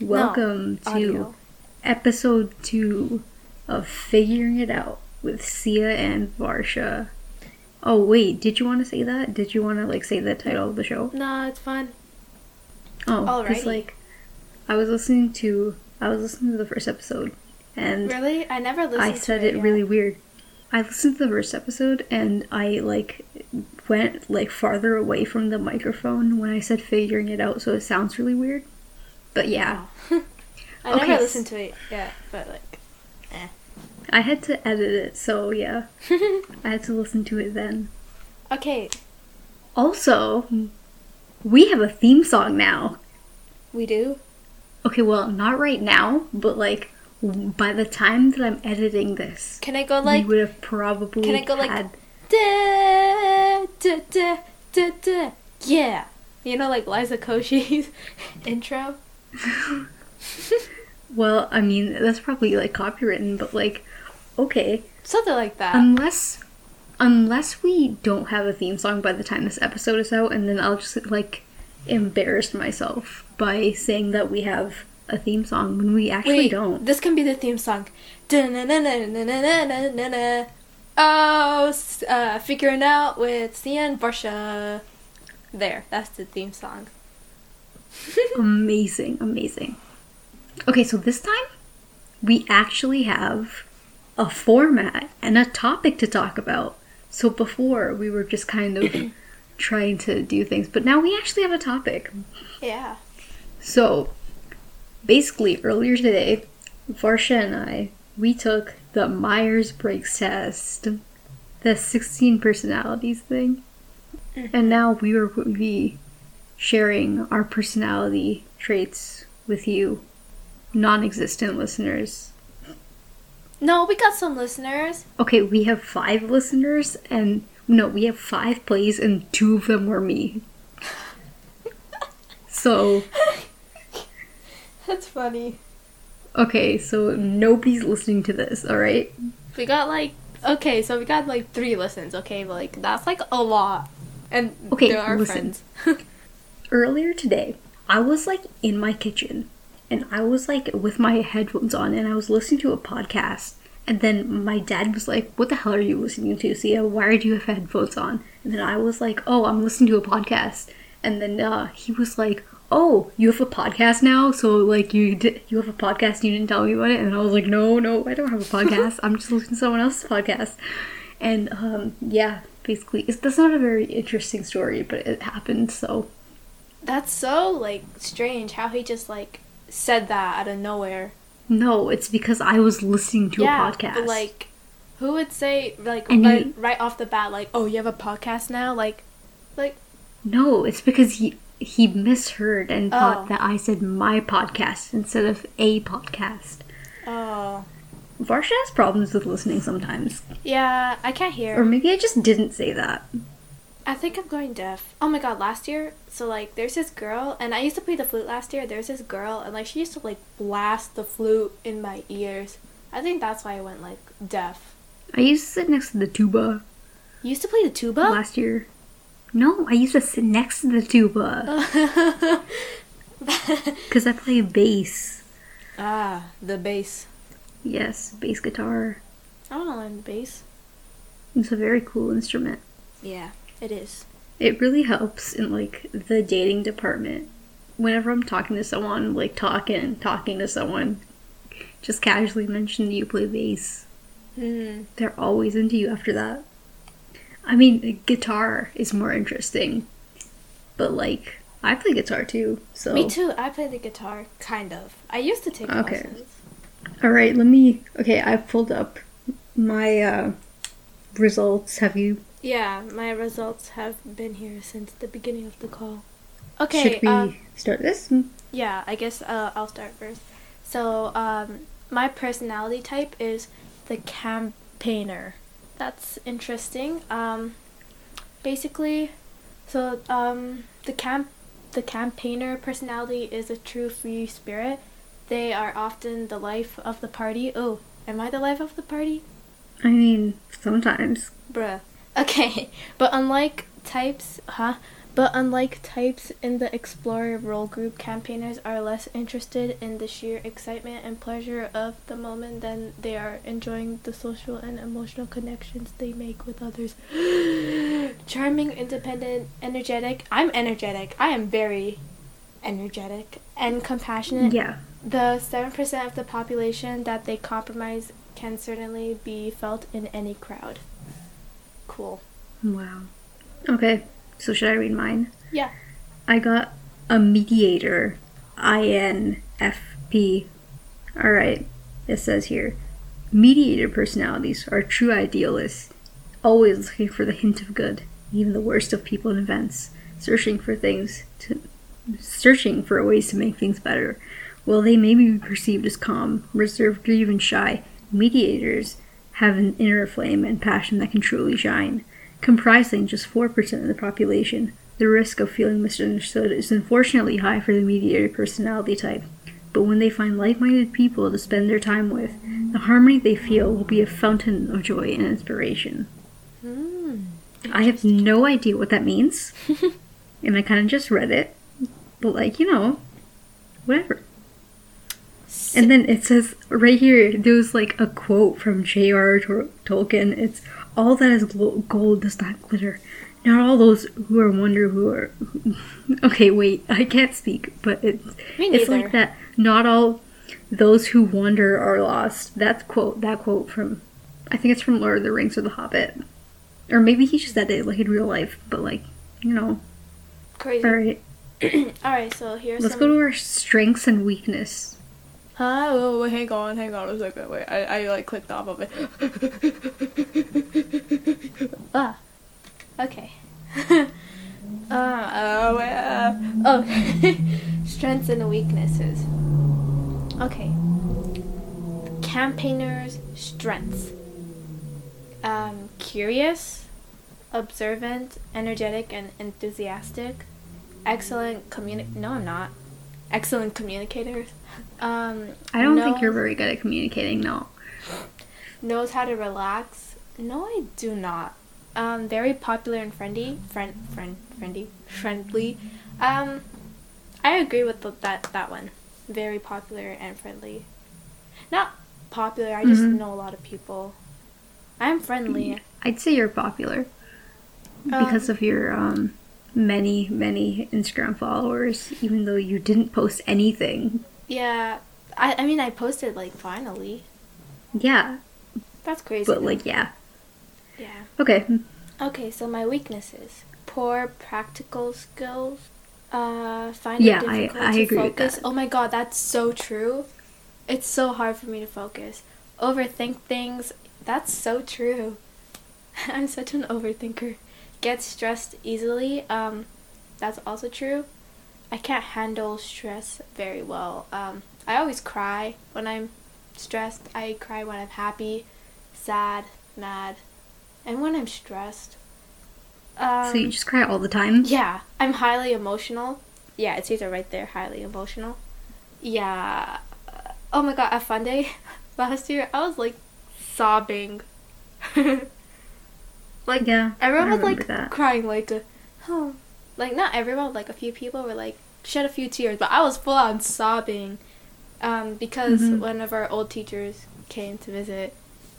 Welcome to audio. episode two of Figuring It Out with Sia and Varsha. Oh wait, did you want to say that? Did you want to like say the title of the show? No, it's fine. Oh, Alrighty. because like I was listening to I was listening to the first episode and Really? I never listened I to said it, it yet. really weird. I listened to the first episode and I like went like farther away from the microphone when I said figuring it out, so it sounds really weird. But yeah, I Okay, never s- listened to it yet, but like I had to edit it, so yeah, I had to listen to it then. Okay, Also, we have a theme song now. we do. Okay, well, not right now, but like by the time that I'm editing this, Can I go we like would have probably can I go, like, had- da, da, da, da, da. Yeah. You know like Liza Koshy's intro? well, I mean, that's probably like copywritten, but like, okay, Something like that. Um, unless unless we don't have a theme song by the time this episode is out, and then I'll just like embarrass myself by saying that we have a theme song when we actually Wait, don't. this can be the theme song. Da-na-na-na-na-na-na-na-na. Oh, s- uh, figuring out with Cian Barsha. There, that's the theme song. Amazing, amazing. Okay, so this time we actually have a format and a topic to talk about. So before we were just kind of trying to do things, but now we actually have a topic. Yeah. So basically, earlier today, Varsha and I we took the Myers Briggs test, the 16 personalities thing, and now we were would be sharing our personality traits with you, non-existent listeners. No, we got some listeners. Okay, we have five listeners, and no, we have five plays, and two of them were me. so That's funny. Okay, so nobody's listening to this, all right? We got like okay, so we got like three listens. Okay, but, like that's like a lot, and Okay, they're our listen. friends. Earlier today, I was like in my kitchen and I was like with my headphones on and I was listening to a podcast. And then my dad was like, What the hell are you listening to, Sia? Why do you have headphones on? And then I was like, Oh, I'm listening to a podcast. And then uh, he was like, Oh, you have a podcast now? So, like, you di- you have a podcast and you didn't tell me about it? And I was like, No, no, I don't have a podcast. I'm just listening to someone else's podcast. And um, yeah, basically, it's, that's not a very interesting story, but it happened. So, that's so like strange how he just like said that out of nowhere. No, it's because I was listening to a podcast. but like who would say like And right, he- right off the bat like oh you have a podcast now like like no, it's because he he misheard and Oh. thought that I said my podcast instead of a podcast. oh Varsha has problems with listening sometimes, yeah I can't hear. or maybe I just didn't say that. I think I'm going deaf. Oh my god, last year, so like there's this girl, and I used to play the flute last year. There's this girl, and like she used to like blast the flute in my ears. I think that's why I went like deaf. I used to sit next to the tuba You used to play the tuba? last year. No, I used to sit next to the tuba because I play bass. ah, the bass. Yes, bass guitar. I want to learn the bass. It's a very cool instrument. Yeah, it is. It really helps in like the dating department. Whenever I'm talking to someone, like talking, talking to someone, just casually mention that you play bass. Hmm. They're always into you after that. I mean, guitar is more interesting, but like I play guitar too. So Me too. I play the guitar, kind of. I used to take Oh. Okay. lessons. All right, let me. Okay, I pulled up my uh, results. Have you? Yeah, my results have been here since the beginning of the call. Okay. should we um, start this? Yeah, I guess uh, I'll start first. So, um, my personality type is the campaigner. That's interesting. Um, basically, so um, the camp the campaigner personality is a true free spirit. They are often the life of the party. Oh, am I the life of the party? I mean, sometimes. Bruh. Okay, but unlike types, huh? But unlike types in the explorer role group, campaigners are less interested in the sheer excitement and pleasure of the moment than they are enjoying the social and emotional connections they make with others. Charming, independent, energetic. I'm energetic. I am very energetic and compassionate. Yeah. The 7% of the population that they compromise can certainly be felt in any crowd. Cool. Wow. Okay, so should I read mine? Yeah. I got a mediator, INFP. Alright, it says here mediator personalities are true idealists, always looking for the hint of good, even the worst of people and events, searching for things to. Searching for ways to make things better. While they may be perceived as calm, reserved, or even shy, mediators have an inner flame and passion that can truly shine. Comprising just 4% of the population, the risk of feeling misunderstood is unfortunately high for the mediator personality type. But when they find like minded people to spend their time with, the harmony they feel will be a fountain of joy and inspiration. I have no idea what that means, and I kind of just read it, but like, you know, whatever. And then it says right here, there was like a quote from J.R.R. Tol- Tolkien. It's all that is glo- gold does not glitter. Not all those who are wonder who are. okay, wait, I can't speak, but it's Me it's neither. like that. Not all those who wander are lost. That quote, that quote from, I think it's from Lord of the Rings or The Hobbit, or maybe he just said it like in real life. But like, you know, Crazy. all All right. right. So here's Let's some. go to our strengths and weakness. Huh? Oh, wait, hang on, hang on a second. Wait, I, I like clicked off of it. ah, okay. uh, uh, wait, uh, oh, strengths and weaknesses. Okay. Campaigners' strengths. Um, curious, observant, energetic, and enthusiastic. Excellent communi. No, I'm not. Excellent communicators. Um, I don't knows- think you're very good at communicating, no. knows how to relax. No, I do not. Um, very popular and friendly, friend, friend, friendly, friendly. Um, I agree with the, that that one. Very popular and friendly. Not popular. I just Mhm. know a lot of people. I'm friendly. I'd say you're popular because of your um, many, many Instagram followers, even though you didn't post anything. Yeah. I, I mean I posted like finally. Yeah, That's crazy. but like, yeah. yeah. Okay, Okay, so my weaknesses: poor practical skills, uh, finding Yeah, it I- difficult I to agree with focus. that. Oh my god, that's so true. It's so hard for me to focus. Overthink things. That's so true. I'm such an overthinker. Get stressed easily. Um, that's also true. I can't handle stress very well. Um, I always cry when I'm stressed. I cry when I'm happy, sad, mad, and when I'm stressed. Um, so you just cry all the time? yeah, I'm highly emotional. Yeah, it's either right there, highly emotional. Yeah. Oh my god, at Fun Day last year, I was like sobbing. like, Yeah, everyone I was remember like that. crying, like, uh, huh. Like, not everyone, like, a few people were like, shed a few tears, but I was full on sobbing. Um, because Mhm. one of our old teachers came to visit,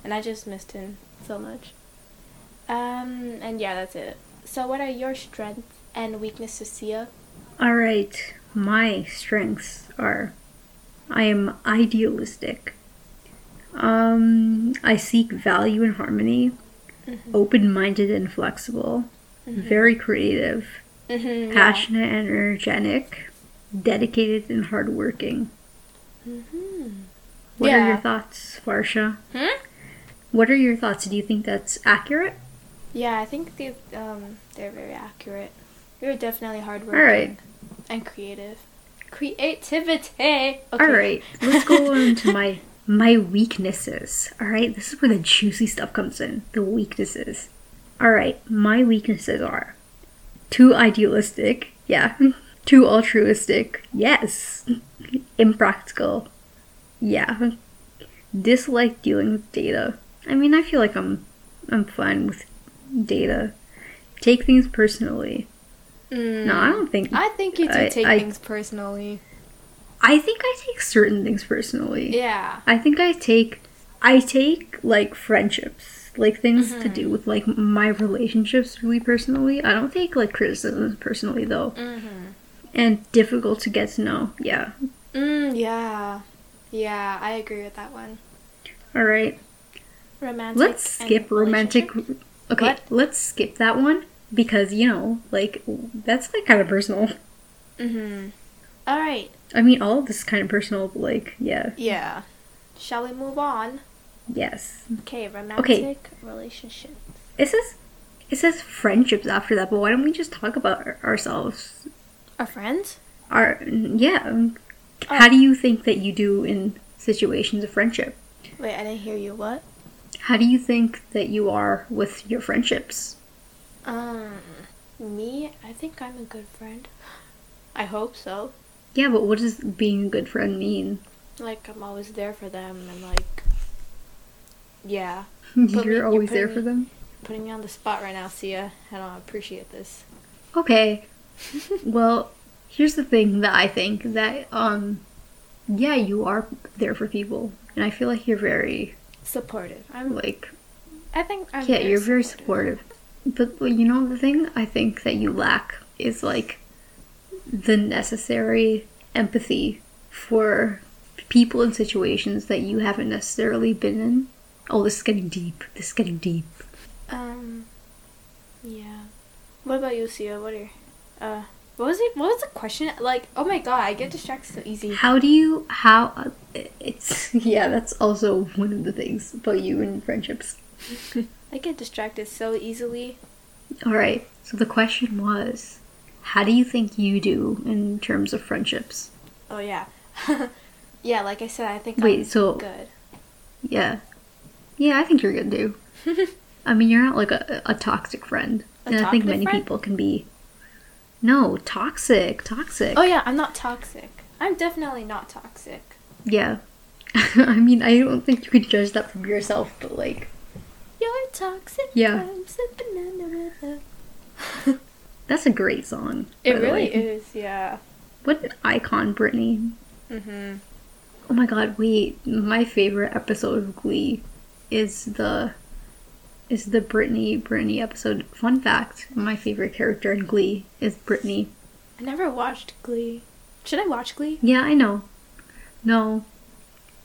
and I just missed him so much. Um, and yeah, that's it. So, what are your strengths and weaknesses, Sia? All right, my strengths are I am idealistic. Um, I seek value and harmony, open minded and flexible, very creative, Mm-hmm, passionate and energetic, dedicated and hardworking. What are your Yeah. thoughts, Farsha? Hmm? What are your thoughts? Do you think that's accurate? Yeah, I think they um they're very accurate. You're definitely hardworking. All right. And creative. Creativity. Okay. All right, let's go on to my my weaknesses. All right, this is where the juicy stuff comes in. The weaknesses. All right, my weaknesses are too idealistic. Yeah. Too altruistic. Yes. Impractical. Yeah. Dislike dealing with data. I mean, I feel like I'm I'm fine with data. Take things personally. Mm. No, I don't think. I think you do I- take I- things personally. I think I take certain things personally. Yeah. I think I take I take like friendships, like things Mm-hmm. to do with like my relationships really personally. I don't take like criticisms personally though. Mm-hmm. And difficult to get to know. Yeah. Mm, yeah. Yeah, I agree with that one. All right. Romantic. Let's and skip romantic relationship? Okay, What? let's skip that one because you know, like that's like kind of personal. Mhm. All right. I mean, all of this is kind of personal, but like, yeah. Yeah. Shall we move on? Yes. Okay, romantic relationship. It says it says friendships after that, but why don't we just talk about our- ourselves Our friends? are yeah how do you think that you do in situations of friendship Wait, I didn't hear you. What? how do you think that you are with your friendships Um, me? I think I'm a good friend. I hope so. yeah but what does being a good friend mean Like I'm always there for them and like yeah, me- you're you're always there putting for me- them putting me on the spot right now, Sia. I don't appreciate this. okay well here's the thing that i think that um yeah you are there for people and i feel like you're very Supportive. I'm like I think I'm yeah you're very supportive but well, you know the thing i think that you lack is like the necessary empathy for people in situations that you haven't necessarily been in oh this is getting deep this is getting deep Um Yeah. What about you, Sia? What are your uh what was it what was the question? Like, oh my god, I get distracted so easy. how do you how uh, it's yeah that's also one of the things about you and friendships I get distracted so easily. all right so the question was how do you think you do in terms of friendships Oh yeah. yeah, like I said, I think Wait, I'm so- good. Yeah. Yeah, I think you're good too. I mean, you're not like a, a toxic friend. A and I think toxic many friend? people can be. No, toxic, toxic. Oh yeah, I'm not toxic. I'm definitely not toxic. yeah. I mean, I don't think you could judge that from yourself, but like, You're toxic. Yeah. I'm sipping on the weather. that's a great song. It by the really way. is, yeah. What an icon, Brittany. Mhm. Oh my god, wait. My favorite episode of Glee is the is the Brittany Brittany episode. Fun fact, my favorite character in Glee is Brittany. I never watched Glee. Should I watch Glee? Yeah, I know. No.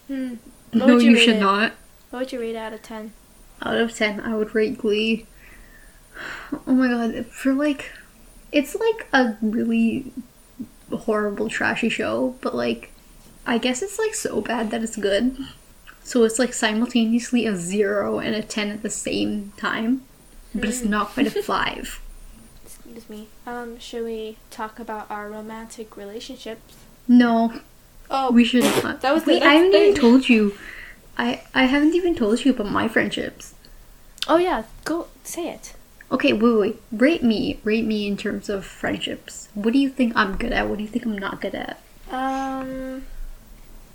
Hmm. no, would you, rate should it? not. What would you rate out of ten? Out of 10, I would rate Glee. Oh my god, for like. It's like a really horrible, trashy show, but like. I guess it's like so bad that it's good. So it's like simultaneously a 0 and a 10 at the same time, but Hmm. it's not quite a 5. Excuse me. Um, should we talk about our romantic relationships? No, Oh, we should not. That was the Wait, I next haven't even thing. told you. I, I haven't even told you about my friendships. Oh yeah, go say it. Okay, wait, wait. Rate me. Rate me in terms of friendships. What do you think I'm good at? What do you think I'm not good at? Um,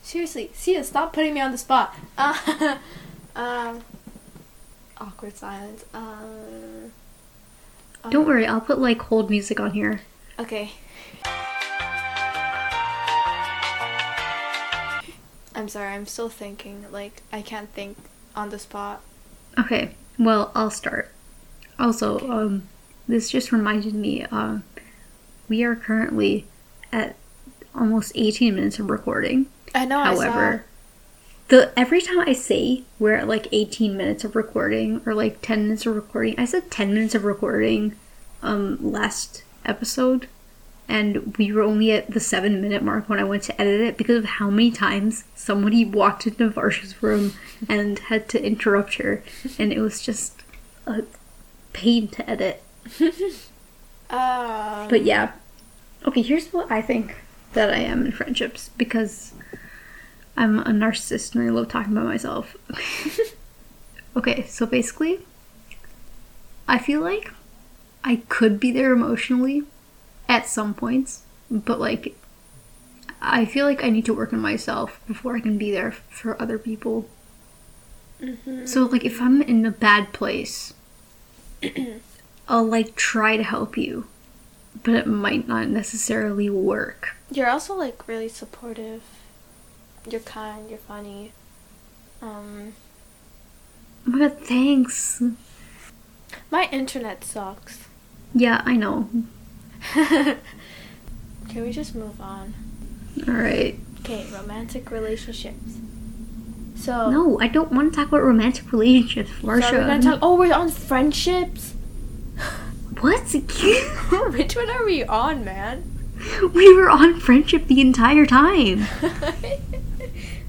seriously, Sia, stop putting me on the spot. Uh, um, awkward silence. Um, Don't worry, I'll put like hold music on here. okay. I'm sorry, I'm still thinking. Like, I can't think on the spot. Okay, well, I'll start. Also, um, this just reminded me, um, we are currently at almost 18 minutes of recording. I know, However, the every time I say we're at like 18 minutes of recording or like 10 minutes of recording, I said 10 minutes of recording um last episode and we were only at the 7 minute mark when I went to edit it because of how many times somebody walked into Varsha's room and had to interrupt her and it was just a pain to edit. I saw. Um, But yeah. Okay, here's what I think that I am in friendships because I'm a narcissist and I love talking about myself. okay, so basically, I feel like I could be there emotionally at some points, but like, I feel like I need to work on myself before I can be there for other people. So, like, if I'm in a bad place, I'll like try to help you but it might not necessarily work. You're also like really supportive. You're kind. You're funny. Um, Oh my god, thanks. my internet sucks. Yeah, I know. Can we just move on? Alright. Okay, romantic relationships. So No, I don't want to talk about romantic relationships, so Oh. we're Marsha. gonna talk. Oh, we're on friendships. what? Which one are we on, man? we were on friendship the entire time. I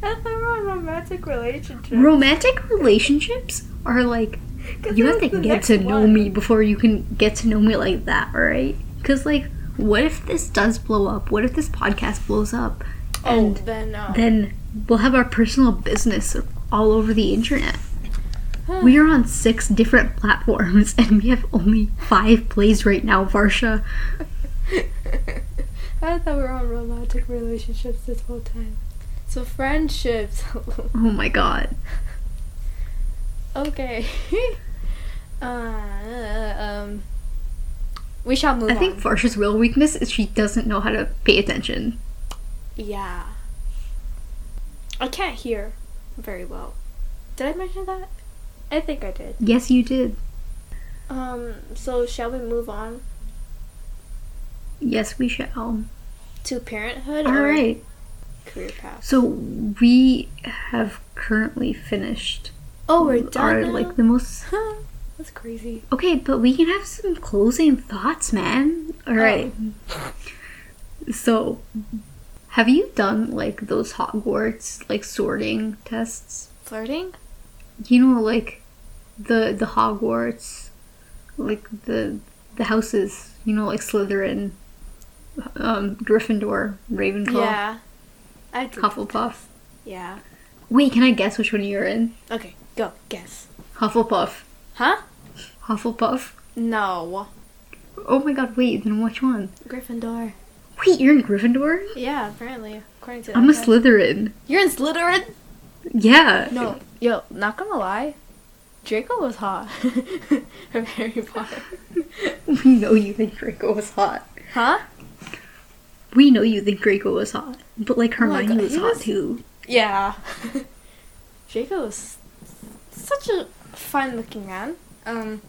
thought we were on romantic relationships. Romantic relationships are like 'Cause you that have was to the get next to know one. me before you can get to know me like that, alright? Because like, what if this does blow up? What if this podcast blows up? Oh, And then uh, then we'll have our personal business all over the internet. We are on six different platforms and we have only five plays right now, Varsha. I thought we were on romantic relationships this whole time. So friendships. Oh my god. okay. uh, um, we shall move I think on. Varsha's real weakness is she doesn't know how to pay attention. Yeah. I can't hear very well. Did I mention that? I think I did. Yes, you did. Um, so shall we move on Yes, we shall. to parenthood All or right. career path? So we have currently finished Oh, we're done our now? like the most That's crazy. Okay, but we can have some closing thoughts, man. All right. So, have you done like those Hogwarts like sorting tests? Flirting? You know, like the the Hogwarts, like the the houses. You know, like Slytherin, um, Gryffindor, Ravenclaw, Yeah. I did. Hufflepuff. Yeah. Wait, can I guess which one you're in? Okay, go. Guess. Hufflepuff. Huh? Hufflepuff. No. Oh my God! Wait, then which one? Gryffindor. Wait, you're in Gryffindor. Yeah, apparently. According to I'm a that guy. Slytherin. You're in Slytherin? Yeah. No. Yo, not gonna lie. Draco was hot. From Harry Potter. We know you think Draco was hot. Huh? We know you think Draco was hot. But like Oh my Hermione God, was he hot was- too. Yeah. Draco was such a fun looking man. Um,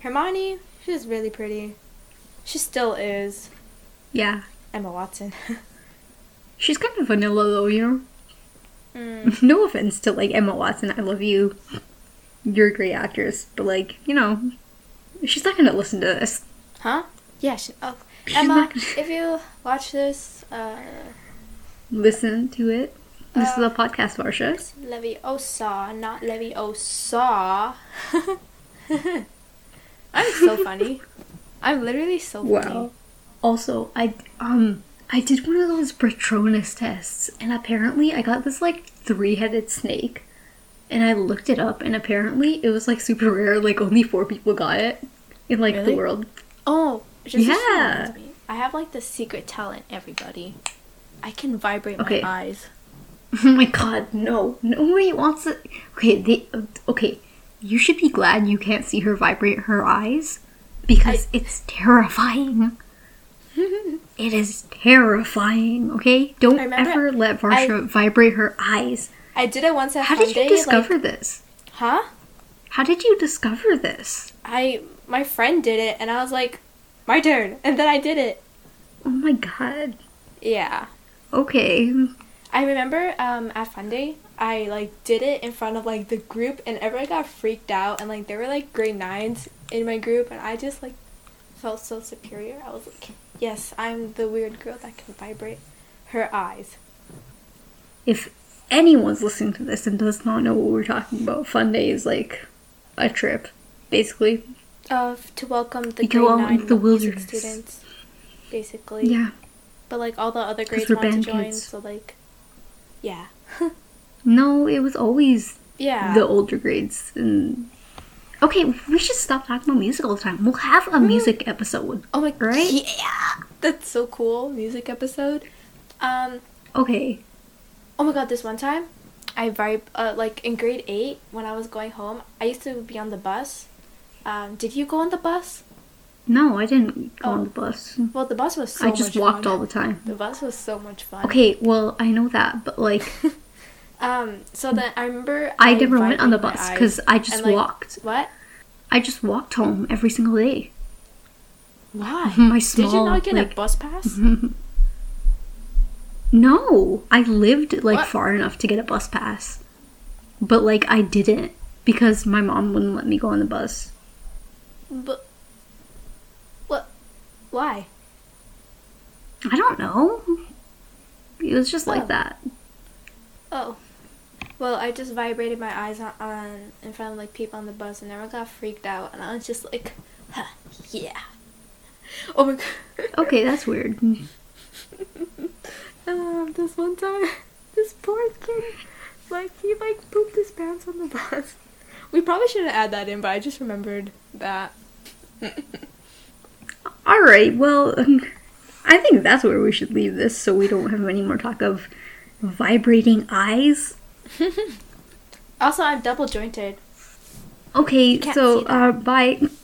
Hermione, she was really pretty. She still is. Yeah. Emma Watson. She's kind of vanilla though, you know? Mm. No offense to like Emma Watson, I love you. You're a great actress, but like, you know, she's not gonna listen to this. Huh? Yeah, she, oh. She's Emma, not gonna- if you watch this, uh, Listen to it. This is Uh, a podcast, Varsha. it's Leviosa, not Leviosa. I'm so funny. I'm literally so funny. Wow. Also, I um I did one of those Patronus tests, and apparently I got this like three-headed snake, and I looked it up, and apparently it was like super rare. Like only four people got it in like Really? the world. Oh, just yeah. Yeah. me. I have like the secret talent, everybody. I can vibrate Okay. my eyes. Oh my god, no! Nobody wants it. Okay, they okay. You should be glad you can't see her vibrate her eyes, because it's terrifying. it is terrifying. Okay, don't I remember ever let Varsha vibrate her eyes. I did it once at How did you Hyundai, discover Like, this? huh? How did you discover this? I my friend did it, and I was like, my turn, and then I did it. Oh my god. Yeah. Okay. I remember um, at Fun Day, I like did it in front of like the group, and everyone got freaked out, and like there were like grade nines in my group, and I just like felt so superior. I was like, yes, I'm the weird girl that can vibrate her eyes. If anyone's listening to this and does not know what we're talking about, Fun Day is like a trip, basically. Uh, f- to welcome the You go grade out nine into the music wilderness. students, basically. Yeah. But like all the other grades we're want to band join, kids. so like, yeah, No, it was always yeah. the older grades and Okay, we should stop talking about music all the time. We'll have Mm-hmm. a music episode. oh my Right? Yeah, that's so cool. Music episode. Um, Okay. Oh my god, this one time, I vibe, uh, like in grade 8, when I was going home, I used to be on the bus. Um, did you go on the bus? No, I didn't go Oh. on the bus. Well, the bus was so I just much walked fun. all the time. The bus was so much fun. Okay, well, I know that, but like, Um. So then I remember I never went on the wiped my bus eyes because I just and, like, walked. What? I just walked home every single day. Why? My Did you small, not get like, a bus pass? No, I lived like What? far enough to get a bus pass, but like I didn't because my mom wouldn't let me go on the bus. Mm-hmm. But what? Why? I don't know. It was just like Oh. that. Oh. Well, I just vibrated my eyes on, on in front of like people on the bus, and everyone got freaked out, and I was just like, huh, yeah. Oh my god. Okay, that's weird. Um, this one time, this poor kid, like he like pooped his pants on the bus. We probably shouldn't add that in, but I just remembered that. All right, well, I think that's where we should leave this so we don't have any more talk of vibrating eyes. Also, I'm double jointed. Okay, can't so see that. uh, bye.